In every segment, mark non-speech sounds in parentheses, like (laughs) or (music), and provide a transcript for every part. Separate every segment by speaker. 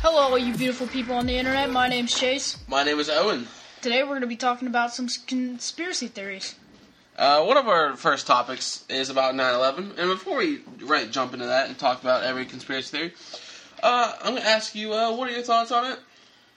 Speaker 1: Hello, you beautiful people on the internet. My name's Chase.
Speaker 2: My name is Owen.
Speaker 1: Today we're going to be talking about some s- conspiracy theories.
Speaker 2: Uh, one of our first topics is about 9/11, and before we right jump into that and talk about every conspiracy theory, uh, I'm gonna ask you, uh, what are your thoughts on it?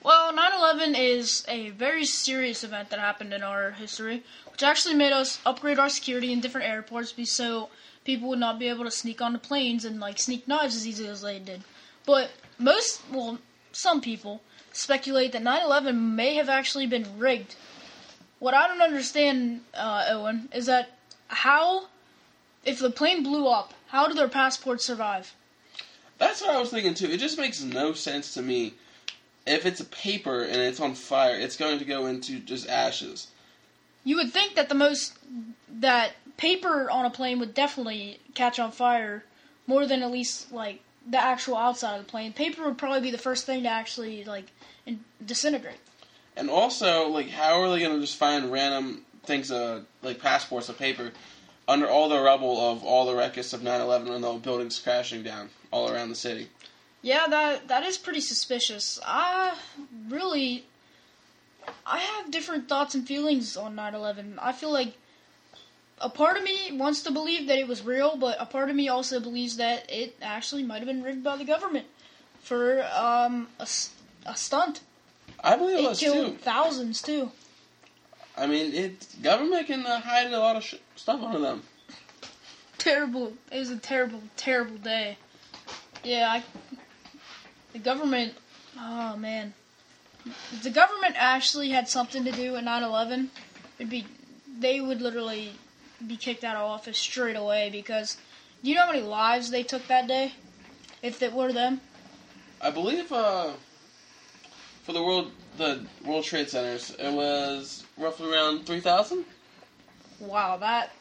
Speaker 1: Well, 9 11 is a very serious event that happened in our history, which actually made us upgrade our security in different airports be- so people would not be able to sneak onto planes and like sneak knives as easily as they did. But most, well, some people speculate that 9 11 may have actually been rigged. What I don't understand, uh, Owen, is that how, if the plane blew up, how do their passports survive?
Speaker 2: That's what I was thinking too. It just makes no sense to me. If it's a paper and it's on fire, it's going to go into just ashes.
Speaker 1: You would think that the most that paper on a plane would definitely catch on fire more than at least like the actual outside of the plane. Paper would probably be the first thing to actually like in- disintegrate.
Speaker 2: And also, like, how are they gonna just find random things, uh, like passports of paper, under all the rubble of all the wreckage of 9/11 and the buildings crashing down all around the city?
Speaker 1: Yeah, that that is pretty suspicious. I really I have different thoughts and feelings on 9/11. I feel like a part of me wants to believe that it was real, but a part of me also believes that it actually might have been rigged by the government for um a, s- a stunt.
Speaker 2: I believe
Speaker 1: It
Speaker 2: us
Speaker 1: killed
Speaker 2: too.
Speaker 1: thousands too.
Speaker 2: I mean, it government can uh, hide a lot of sh- stuff under them.
Speaker 1: Terrible. It was a terrible, terrible day. Yeah, I, the government. Oh man, if the government actually had something to do with 9/11, it'd be they would literally be kicked out of office straight away because do you know how many lives they took that day? If it were them,
Speaker 2: I believe uh, for the world, the World Trade Centers, it was roughly around three thousand.
Speaker 1: wow, that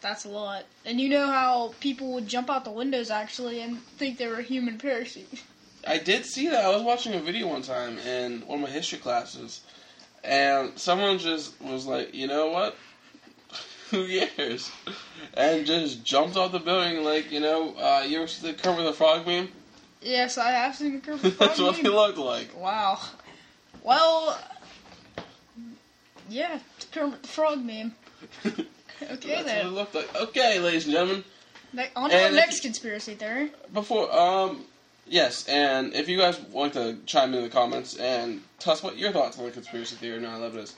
Speaker 1: that's a lot. And you know how people would jump out the windows actually and think they were human parachutes.
Speaker 2: I did see that. I was watching a video one time in one of my history classes, and someone just was like, "You know what? (laughs) Who cares?" and just jumped off the building like, you know, uh, you ever see the Kermit the Frog meme? (laughs)
Speaker 1: Yes, I have seen the curve.
Speaker 2: That's what they look like.
Speaker 1: Wow. Well, yeah, it's Kermit the Frog
Speaker 2: (laughs)
Speaker 1: meme. Okay
Speaker 2: That's what it
Speaker 1: then.
Speaker 2: looked like. Okay, ladies and gentlemen.
Speaker 1: Ne- on to our
Speaker 2: And-
Speaker 1: next conspiracy theory.
Speaker 2: before um yes and if you guys want to chime in the comments and tell us what your thoughts on the conspiracy theory of 9-11 is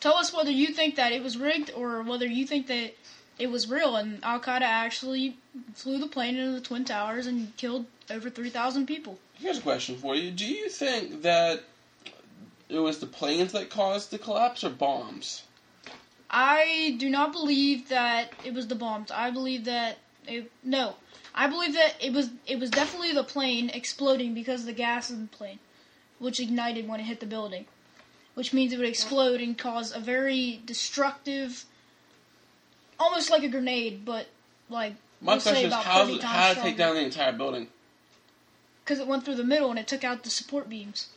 Speaker 1: Tell us whether you think that it was rigged or whether you think that it was real and Al Qaeda actually flew the plane into the Twin Towers and killed over 3,000 people.
Speaker 2: here's a question for you do you think that it was the planes that caused the collapse or bombs
Speaker 1: I do not believe that it was the bombs. I believe that it, no. I believe that it was it was definitely the plane exploding because of the gas in the plane, which ignited when it hit the building, which means it would explode and cause a very destructive, almost like a grenade, but like
Speaker 2: my
Speaker 1: we'll say
Speaker 2: question is
Speaker 1: about
Speaker 2: how,
Speaker 1: 30 times
Speaker 2: how to take down the entire building
Speaker 1: because it went through the middle and it took out the support beams.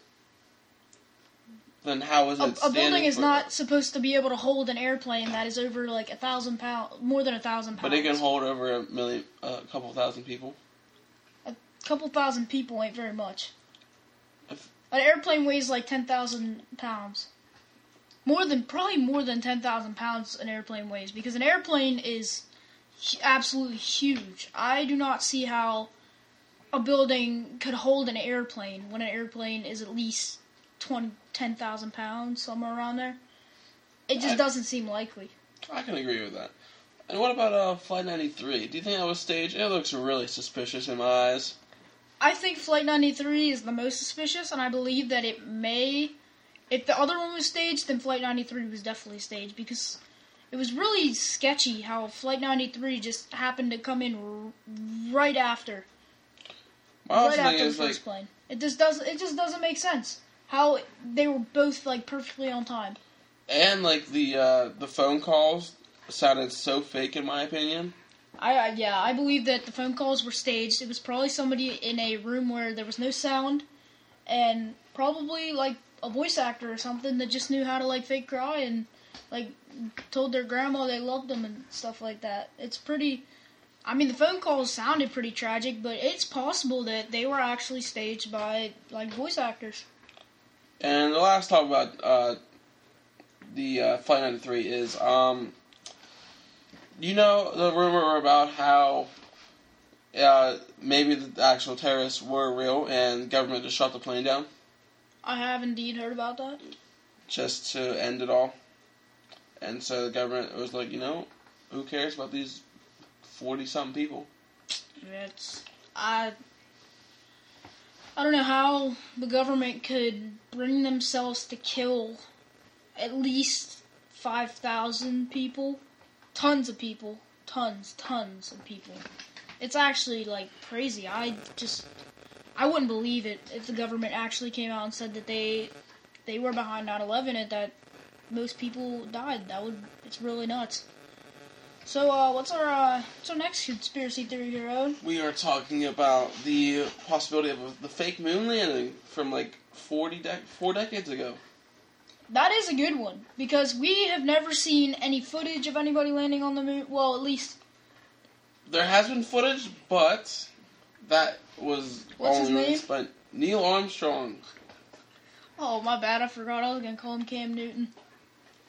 Speaker 2: then how is it
Speaker 1: A, a
Speaker 2: standing
Speaker 1: building is
Speaker 2: for-
Speaker 1: not supposed to be able to hold an airplane that is over like a thousand pound, more than a thousand pounds.
Speaker 2: but it can hold over a million a couple thousand people
Speaker 1: couple thousand people ain't very much.
Speaker 2: If-
Speaker 1: An airplane weighs like ten thousand pounds. More than probably more than ten thousand pounds an airplane weighs because an airplane is hu- absolutely huge. I do not see how a building could hold an airplane when an airplane is at least 20, 10,000 pounds somewhere around there. It just
Speaker 2: I-
Speaker 1: doesn't seem likely.
Speaker 2: i can agree with that and what about uh, flight 93 do you think that was staged it looks really suspicious in my eyes
Speaker 1: I think Flight 93 is the most suspicious, and I believe that it may. If the other one was staged, then Flight 93 was definitely staged because it was really sketchy how Flight 93 just happened to come in r- right after,
Speaker 2: my
Speaker 1: right
Speaker 2: honest thing
Speaker 1: after the
Speaker 2: is
Speaker 1: first
Speaker 2: like
Speaker 1: plane. It just does. It just doesn't make sense how they were both like perfectly on time.
Speaker 2: And like the uh, the phone calls sounded so fake, in my opinion.
Speaker 1: I, I yeah, I believe that the phone calls were staged. It was probably somebody in a room where there was no sound, and probably like a voice actor or something that just knew how to like fake cry and like told their grandma they loved them and stuff like that. It's pretty. I mean, the phone calls sounded pretty tragic, but it's possible that they were actually staged by like voice actors.
Speaker 2: And the last talk about uh, the uh, Flight 93 is, um, you know, the rumor about how uh, maybe the actual terrorists were real and government just shot the plane down
Speaker 1: I have indeed heard about that.
Speaker 2: just to end it all. And so the government was like, you know, who cares about these 40 something people?
Speaker 1: It's I. I don't know how the government could bring themselves to kill at least five thousand people, tons of people, tons, tons of people. It's actually like crazy. I just I wouldn't believe it if the government actually came out and said that they they were behind 9/11 and that most people died. That would it's really nuts. So uh, what's our uh, what's our next conspiracy theory here, Owen?
Speaker 2: We are talking about the possibility of the fake moon landing from like 40 dec four decades ago.
Speaker 1: That is a good one because we have never seen any footage of anybody landing on the moon. Well, at least
Speaker 2: There has been footage, but that was
Speaker 1: What's his
Speaker 2: only
Speaker 1: name?
Speaker 2: released by Neil Armstrong,
Speaker 1: oh my bad, I forgot I was gonna call him Cam Newton.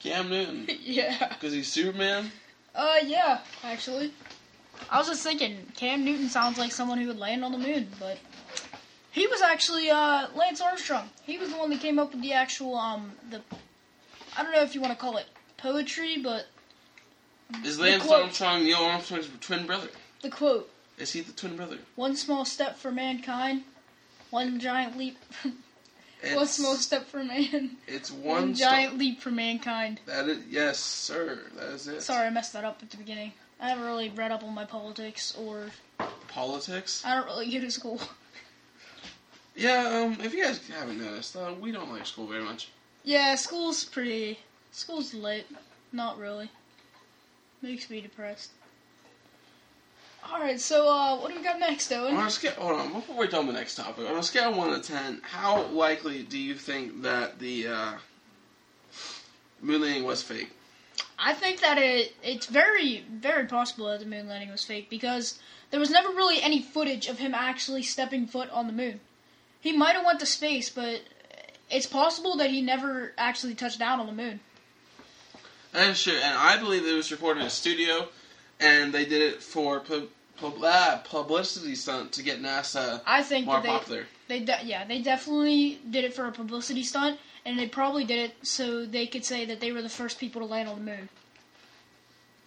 Speaker 2: Cam Newton,
Speaker 1: yeah.
Speaker 2: because he's Superman.
Speaker 1: Uh, yeah, actually, I was just thinking Cam Newton sounds like someone who would land on the moon, but he was actually uh Lance Armstrong. He was the one that came up with the actual um the I don't know if you want to call it poetry, but Mm-hmm.
Speaker 2: Is Lance
Speaker 1: quote.
Speaker 2: Armstrong Neil Armstrong's twin brother?
Speaker 1: the quote:
Speaker 2: Is he the twin brother?
Speaker 1: "One small step for mankind, one giant leap. (laughs) one small step for man."
Speaker 2: It's
Speaker 1: One,
Speaker 2: one,
Speaker 1: giant leap for mankind.
Speaker 2: sto- that is yes, sir. That is it.
Speaker 1: Sorry, I messed that up at the beginning. I haven't really read up on my politics, or
Speaker 2: Politics.
Speaker 1: I don't really go to school. (laughs)
Speaker 2: Yeah. Um. If you guys haven't noticed, uh, we don't like school very much.
Speaker 1: Yeah, school's pretty. School's lit. Not really. Makes me depressed. Alright, so, uh, what do we got next, Owen?
Speaker 2: On a scale, hold on. Before we done the next topic, on a scale of one to ten, how likely do you think that the uh, moon landing was fake?
Speaker 1: I think that it it's very very possible that the moon landing was fake because there was never really any footage of him actually stepping foot on the moon. He might have went to space, but it's possible that he never actually touched down on the moon.
Speaker 2: That is true, and I believe it was recorded in a studio, and they did it for pub- pub- ah, publicity stunt to get NASA
Speaker 1: I think
Speaker 2: more
Speaker 1: that they
Speaker 2: popular.
Speaker 1: they de- yeah they definitely did it for a publicity stunt, and they probably did it so they could say that they were the first people to land on the moon.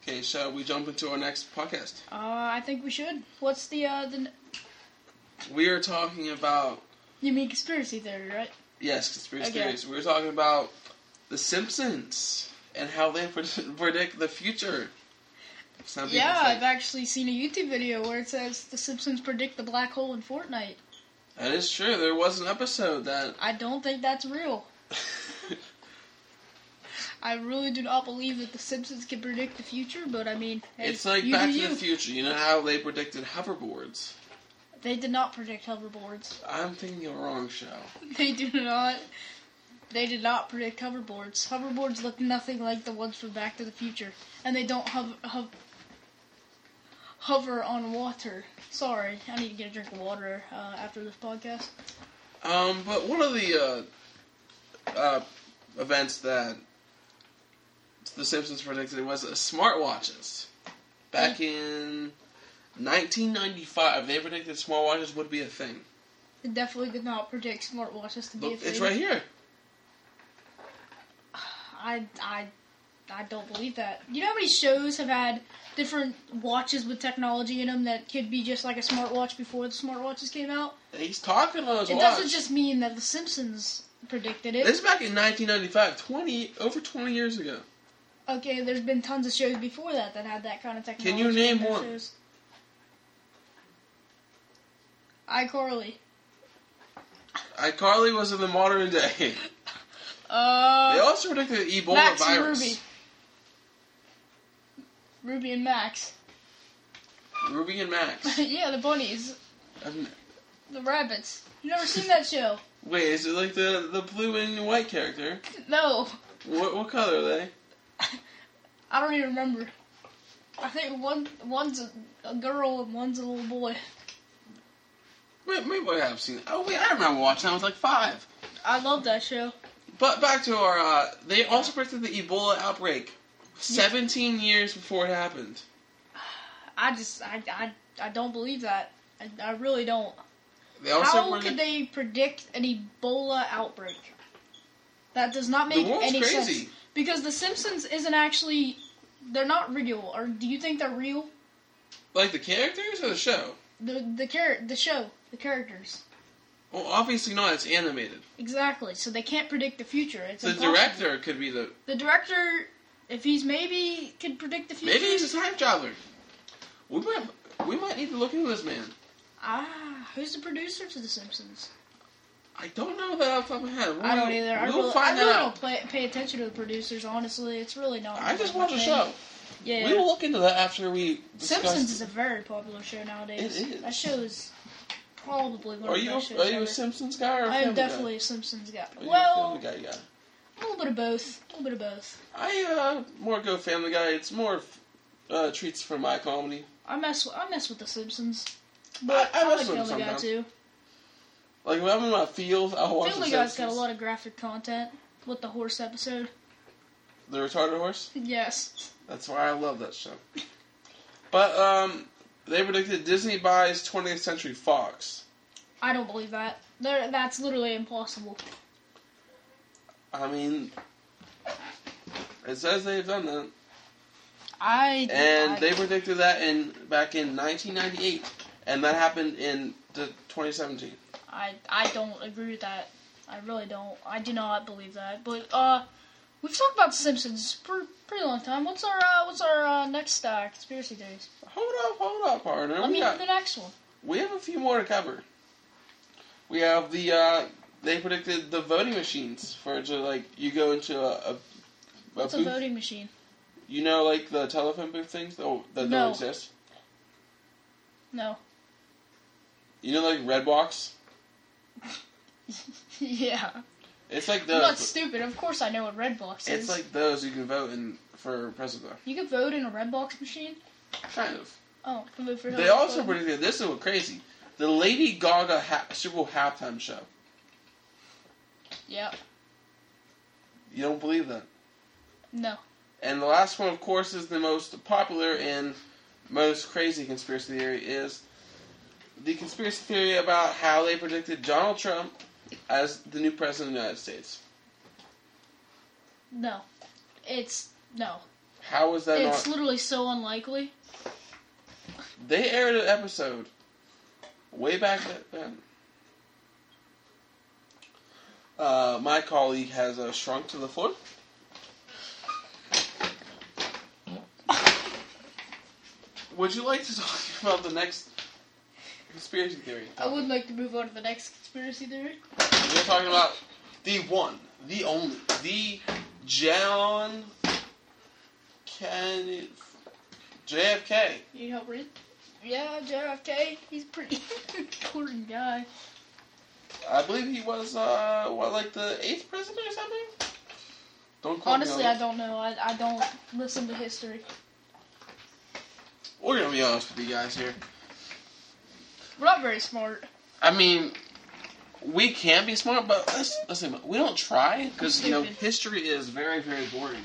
Speaker 2: Okay, shall we jump into our next podcast?
Speaker 1: Uh, I think we should. What's the uh the
Speaker 2: We are talking about
Speaker 1: you mean conspiracy theory, right?
Speaker 2: yes, conspiracy
Speaker 1: Okay.
Speaker 2: theories. We are talking about the Simpsons and how they (laughs) pred- predict the future. Some people
Speaker 1: Yeah,
Speaker 2: think-
Speaker 1: I've actually seen a YouTube video where it says the Simpsons predict the black hole in Fortnite.
Speaker 2: that is true. There was an episode that
Speaker 1: I don't think that's real. I really do not believe that the Simpsons can predict the future, but I mean, (laughs) hey,
Speaker 2: it's like
Speaker 1: you
Speaker 2: Back
Speaker 1: do
Speaker 2: to
Speaker 1: you.
Speaker 2: the Future. You know how they predicted hoverboards.
Speaker 1: They did not predict hoverboards. (laughs)
Speaker 2: I'm thinking of a wrong show.
Speaker 1: They do not. They did not predict hoverboards. Hoverboards look nothing like the ones from Back to the Future, and they don't hover hov- hover on water. Sorry, I need to get a drink of water uh, after this podcast.
Speaker 2: Um, but one of the uh, uh, events that The Simpsons predicted was uh, smartwatches.
Speaker 1: Hmm.
Speaker 2: Back in 1995, they predicted smartwatches would be a thing.
Speaker 1: They definitely did not predict smartwatches to be a
Speaker 2: Look,
Speaker 1: thing.
Speaker 2: it's right here.
Speaker 1: I I I don't believe that. You know how many shows have had different watches with technology in them that could be just like a smartwatch before the smartwatches came out?
Speaker 2: He's talking on his
Speaker 1: It
Speaker 2: watch.
Speaker 1: doesn't just mean that The Simpsons predicted it.
Speaker 2: This is back in 1995, 20 over 20 years ago.
Speaker 1: Okay, there's been tons of shows before that that had that kind of technology.
Speaker 2: Can you
Speaker 1: in
Speaker 2: name
Speaker 1: their
Speaker 2: one?
Speaker 1: Shows. iCarly.
Speaker 2: iCarly was in the modern day. (laughs) They
Speaker 1: Uh,
Speaker 2: also predicted the Ebola
Speaker 1: Max and
Speaker 2: virus.
Speaker 1: Ruby. Ruby and Max. (laughs)
Speaker 2: Ruby and Max.
Speaker 1: yeah, the bunnies,
Speaker 2: Um,
Speaker 1: the rabbits. You never seen that show?
Speaker 2: Wait, is it like the, the blue and white character?
Speaker 1: No,
Speaker 2: What, what color are they?
Speaker 1: I don't even remember. I think one one's a, a girl and one's a little boy.
Speaker 2: Wait, maybe I have seen. Oh wait, I remember watching. I was like five.
Speaker 1: I love that show.
Speaker 2: But back to our. Uh, they also predicted the Ebola outbreak, seventeen years before it happened.
Speaker 1: I just I I, I don't believe that. I, I really don't.
Speaker 2: They also
Speaker 1: How could
Speaker 2: predicted-
Speaker 1: they predict an Ebola outbreak? That does not make
Speaker 2: the world's
Speaker 1: any
Speaker 2: crazy.
Speaker 1: sense. Because The Simpsons isn't actually. They're not real. Or do you think they're real?
Speaker 2: Like the characters or the show?
Speaker 1: The the char- the show, the characters.
Speaker 2: Well, obviously not. It's animated.
Speaker 1: Exactly. So they can't predict the future. It's
Speaker 2: the
Speaker 1: impossible.
Speaker 2: director could be the
Speaker 1: The director, if he's maybe could predict the future.
Speaker 2: maybe he's a time traveler. We might we might need to look into this man.
Speaker 1: Ah, who's the producer to The Simpsons?
Speaker 2: I don't know that off the top of my head. We'll,
Speaker 1: I don't either. I
Speaker 2: We'll
Speaker 1: really,
Speaker 2: find
Speaker 1: I really
Speaker 2: that
Speaker 1: don't
Speaker 2: out.
Speaker 1: play, pay attention to the producers. Honestly, it's really not.
Speaker 2: I just
Speaker 1: my
Speaker 2: watch a
Speaker 1: thing.
Speaker 2: show.
Speaker 1: Yeah.
Speaker 2: We will look into that after we discuss.
Speaker 1: Simpsons is a very popular show nowadays.
Speaker 2: It is.
Speaker 1: That show is probably one
Speaker 2: are
Speaker 1: of the
Speaker 2: you
Speaker 1: best shows
Speaker 2: are you
Speaker 1: ever.
Speaker 2: a Simpsons guy or
Speaker 1: I
Speaker 2: a Family
Speaker 1: am
Speaker 2: Guy?
Speaker 1: definitely a Simpsons guy.
Speaker 2: Are you a
Speaker 1: Well,
Speaker 2: Family Guy guy?
Speaker 1: a little bit of both. A little bit of both.
Speaker 2: I uh more go Family Guy. It's more uh, treats for my comedy.
Speaker 1: I mess with, I mess with the Simpsons.
Speaker 2: But
Speaker 1: I,
Speaker 2: I, mess
Speaker 1: like
Speaker 2: with them
Speaker 1: Family Guy
Speaker 2: sometimes.
Speaker 1: too.
Speaker 2: Like if I'm in my field, I'll watch
Speaker 1: Family
Speaker 2: the
Speaker 1: Guy's got
Speaker 2: Simpsons.
Speaker 1: a lot of graphic content with the horse episode. (laughs)
Speaker 2: The retarded horse.
Speaker 1: Yes.
Speaker 2: That's why I love that show. But um, they predicted Disney buys 20th Century Fox.
Speaker 1: I don't believe that. There, that's literally impossible.
Speaker 2: I mean, it says they've done that,
Speaker 1: I
Speaker 2: and
Speaker 1: I-
Speaker 2: they predicted that in back in 1998, and that happened in the 2017.
Speaker 1: I I don't agree with that. I really don't. I do not believe that. But uh, we've talked about The Simpsons for a pretty long time. What's our uh, what's our uh, next uh, conspiracy theories?
Speaker 2: Hold up, hold up, partner.
Speaker 1: I
Speaker 2: we
Speaker 1: mean,
Speaker 2: got
Speaker 1: the next one.
Speaker 2: we have a few more to cover. We have the uh, they predicted the voting machines for to like you go into a, a, a
Speaker 1: What's a
Speaker 2: booth.
Speaker 1: voting machine?
Speaker 2: You know, like the telephone booth things. Oh, that
Speaker 1: No.
Speaker 2: don't exist.
Speaker 1: No. (laughs)
Speaker 2: You know, like Red Box.
Speaker 1: yeah.
Speaker 2: It's like
Speaker 1: I'm not
Speaker 2: those.
Speaker 1: stupid. Of course, I know what red box is.
Speaker 2: It's like those you can vote in for president.
Speaker 1: you can vote in a red box machine.
Speaker 2: Kind of.
Speaker 1: Oh, can vote for.
Speaker 2: They
Speaker 1: Hillary
Speaker 2: also
Speaker 1: Clinton.
Speaker 2: predicted this is what crazy. The Lady Gaga ha- Super Bowl halftime show.
Speaker 1: Yeah.
Speaker 2: You don't believe that.
Speaker 1: No.
Speaker 2: And the last one, of course, is the most popular and most crazy conspiracy theory is the conspiracy theory about how they predicted Donald Trump as the new president of the United States.
Speaker 1: No. It's no.
Speaker 2: How was that
Speaker 1: It's
Speaker 2: not?
Speaker 1: literally so unlikely.
Speaker 2: They aired an episode way back then. Uh, my colleague has uh, shrunk to the floor. Would you like to talk about the next conspiracy theory?
Speaker 1: I would like to move on to the next conspiracy theory.
Speaker 2: We're talking about the one, the only, the John Kennedy, JFK.
Speaker 1: You need help read? Yeah, JFK. He's pretty (laughs) important guy.
Speaker 2: I believe he was uh what like the eighth president or something. Don't quote
Speaker 1: Honestly,
Speaker 2: me on
Speaker 1: I don't know. I, I don't listen to history.
Speaker 2: don't. We're gonna be honest with you guys here.
Speaker 1: We're not very smart.
Speaker 2: I mean, we can be smart, but let's listen. We don't try because you know
Speaker 1: Stupid.
Speaker 2: history is very very boring.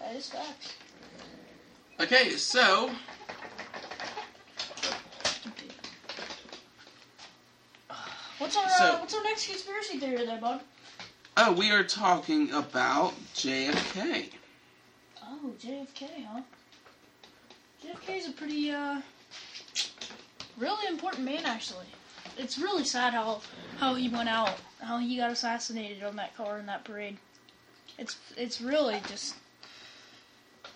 Speaker 1: That is facts.
Speaker 2: Okay, so
Speaker 1: What's our
Speaker 2: So-
Speaker 1: uh, what's our next conspiracy theory there, bud?
Speaker 2: uh, we are talking about JFK.
Speaker 1: Oh, JFK, huh? JFK's a pretty uh really important man actually. It's really sad how how he went out, how he got assassinated on that car in that parade. It's it's really just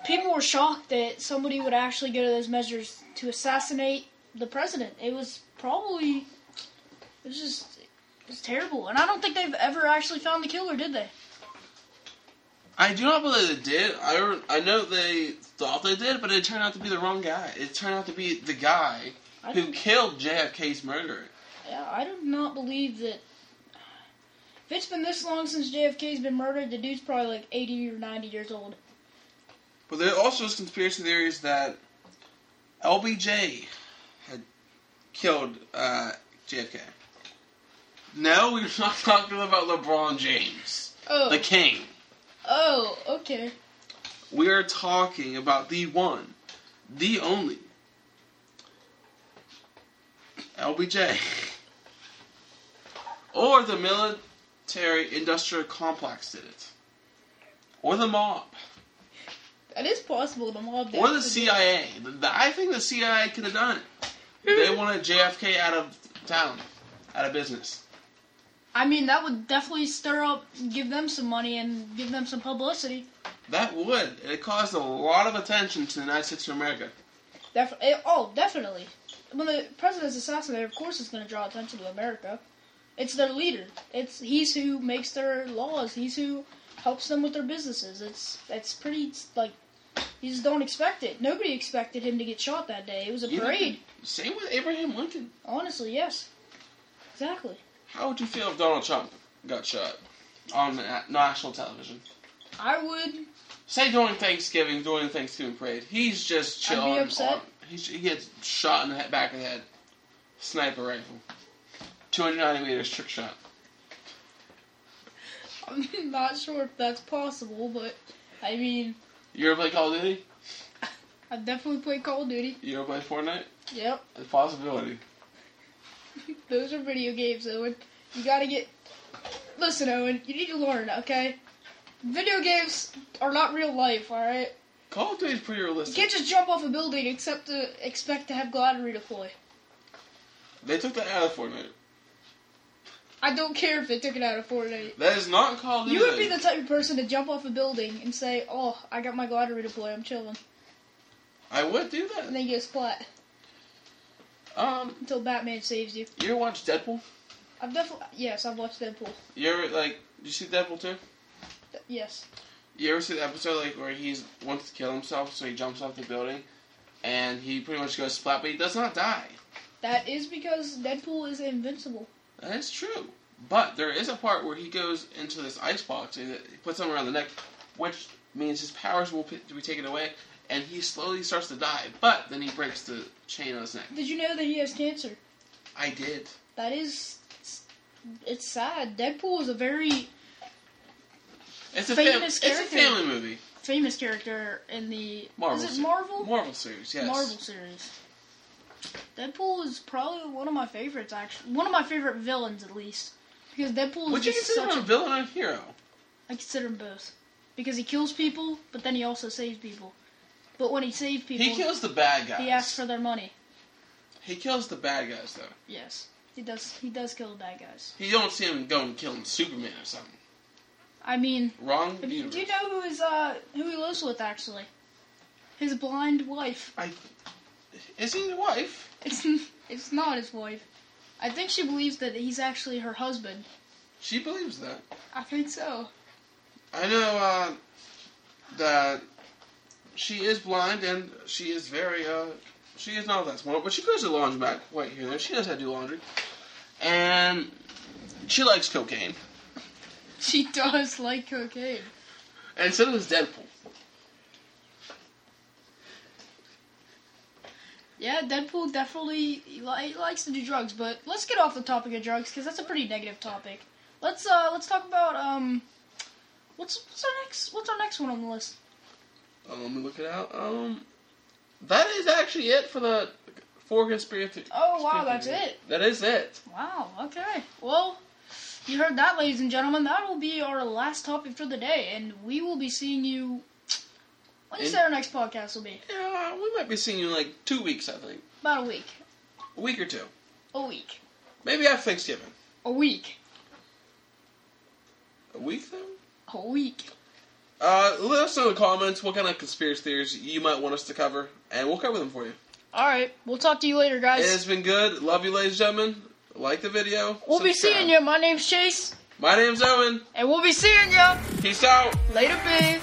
Speaker 1: people were shocked that somebody would actually go to those measures to assassinate the president. It was probably it was just it was terrible. And I don't think they've ever actually found the killer, did they?
Speaker 2: I do not believe they did. I re- I know they thought they did, but it turned out to be the wrong guy. It turned out to be the guy
Speaker 1: I
Speaker 2: who
Speaker 1: don't-
Speaker 2: killed JFK's murderer.
Speaker 1: Yeah, I do not believe that. If it's been this long since JFK's been murdered, the dude's probably like 80 or 90 years old.
Speaker 2: But there also is conspiracy theories that LBJ had killed uh, JFK. No, we're (laughs) not talking about LeBron James,
Speaker 1: Oh.
Speaker 2: the king.
Speaker 1: oh, okay.
Speaker 2: We are talking about the one, the only, LBJ, (laughs) or the military industrial complex did it, or the mob,
Speaker 1: That is possible. The mob.
Speaker 2: or the
Speaker 1: did.
Speaker 2: CIA. The- the- I think the CIA could have done it.
Speaker 1: (laughs)
Speaker 2: They wanted JFK out of town, out of business.
Speaker 1: I mean, that would definitely stir up, give them some money, and give them some publicity.
Speaker 2: That would. It caused a lot of attention to the United States of America.
Speaker 1: Def- eh, oh, definitely. When the president's assassinated, of course, it's going to draw attention to America. It's their leader. It's he's who makes their laws. He's who helps them with their businesses. It's it's pretty like you just don't expect it. Nobody expected him to get shot that day. It was a
Speaker 2: You know,
Speaker 1: parade.
Speaker 2: Same with Abraham Lincoln.
Speaker 1: Honestly, yes, exactly.
Speaker 2: How would you feel if Donald Trump got shot on na- national television?
Speaker 1: I would. (laughs)
Speaker 2: Say during Thanksgiving, during the Thanksgiving parade, he's just
Speaker 1: I'd be
Speaker 2: chilling.
Speaker 1: upset.
Speaker 2: on- he's, he gets shot in the he- back of the head, sniper rifle, 290 meters trick shot.
Speaker 1: I'm not sure if that's possible, but I mean,
Speaker 2: You ever play Call of Duty?
Speaker 1: I've definitely played Call of Duty.
Speaker 2: You ever play Fortnite?
Speaker 1: Yep.
Speaker 2: A possibility.
Speaker 1: Those are video games, Owen. You gotta get. Listen, Owen, you need to learn, okay? Video games are not real life, alright?
Speaker 2: Call of Duty is pretty
Speaker 1: You
Speaker 2: realistic.
Speaker 1: can't just jump off a building except to expect to have glider redeploy.
Speaker 2: They took that out of Fortnite.
Speaker 1: I don't care if they took it out of Fortnite.
Speaker 2: That is not Call of Duty.
Speaker 1: You would be the type of person to jump off a building and say, oh, I got my glider redeploy, I'm chilling.
Speaker 2: I would do
Speaker 1: And
Speaker 2: that.
Speaker 1: then you get splat
Speaker 2: Um,
Speaker 1: until Batman saves you.
Speaker 2: you ever watch Deadpool?
Speaker 1: I've definitely. Yes, I've watched Deadpool.
Speaker 2: You ever like? You see Deadpool too?
Speaker 1: Th- Yes.
Speaker 2: You ever see the episode like where he's wants to kill himself, so he jumps off the building, and he pretty much goes flat, but he does not die.
Speaker 1: That is because Deadpool is invincible.
Speaker 2: That is true. But there is a part where he goes into this ice box and it- he puts him around the neck, which means his powers will p- be taken away, and he slowly starts to die. But then he breaks the chain on his neck.
Speaker 1: Did you know that he has cancer?
Speaker 2: I did.
Speaker 1: That is, it's sad. Deadpool is a very
Speaker 2: It's a
Speaker 1: Famous
Speaker 2: fam- It's a
Speaker 1: character.
Speaker 2: family movie.
Speaker 1: famous character in the
Speaker 2: Marvel.
Speaker 1: is
Speaker 2: se-
Speaker 1: it Marvel?
Speaker 2: Marvel series. Yes.
Speaker 1: Marvel series. Deadpool is probably one of my favorites. Actually, one of my favorite villains at least, because Deadpool
Speaker 2: Would
Speaker 1: is
Speaker 2: you
Speaker 1: just
Speaker 2: consider
Speaker 1: such.
Speaker 2: him a
Speaker 1: A,
Speaker 2: villain or a hero?
Speaker 1: I consider him both, because he kills people, but then he also saves people. But when he saves people,
Speaker 2: He kills the bad guys.
Speaker 1: he asks for their money.
Speaker 2: He kills the bad guys though.
Speaker 1: Yes, he does. He does kill the bad guys.
Speaker 2: You don't see him going and killing Superman or something.
Speaker 1: I mean,
Speaker 2: Wrong
Speaker 1: if you,
Speaker 2: universe.
Speaker 1: do you know who is uh who he lives with actually? His blind wife.
Speaker 2: I, is he the wife?
Speaker 1: It's it's not his wife. I think she believes that he's actually her husband.
Speaker 2: She believes that.
Speaker 1: I think so. (laughs)
Speaker 2: I know uh, that she is blind and she is very uh, she is not that smart, but she goes to the laundromat quite here and there. She knows how to do laundry, and she likes cocaine,
Speaker 1: She does like cocaine.
Speaker 2: and so does Deadpool.
Speaker 1: Yeah, Deadpool definitely he, li- he likes to do drugs, but let's get off the topic of drugs because that's a pretty negative topic. Let's uh let's talk about um what's what's our next what's our next one on the list?
Speaker 2: Uh, let me look it out. Um, that is actually it for the four conspiracy.
Speaker 1: Oh, wow, that's
Speaker 2: conspiracy-
Speaker 1: it.
Speaker 2: That is it.
Speaker 1: Wow. Okay. Well, you heard that, ladies and gentlemen. That will be our last topic for the day, and we will be seeing you. When do you
Speaker 2: In-
Speaker 1: say our next podcast will be?
Speaker 2: Yeah, we might be seeing you in like two weeks, I think,
Speaker 1: About a week.
Speaker 2: a week or two,
Speaker 1: A week.
Speaker 2: maybe after Thanksgiving.
Speaker 1: A week.
Speaker 2: A week though.
Speaker 1: A week.
Speaker 2: Uh, let us know in the comments what kind of conspiracy theories you might want us to cover, and we'll cover them for you.
Speaker 1: All right. We'll talk to you later,
Speaker 2: It
Speaker 1: guys.
Speaker 2: has been good. Love you, ladies and gentlemen. Like the video.
Speaker 1: we'll be
Speaker 2: subscribe.
Speaker 1: seeing you. My name's Chase,
Speaker 2: My name's Owen.
Speaker 1: and we'll be seeing you
Speaker 2: Peace out.
Speaker 1: later, babe.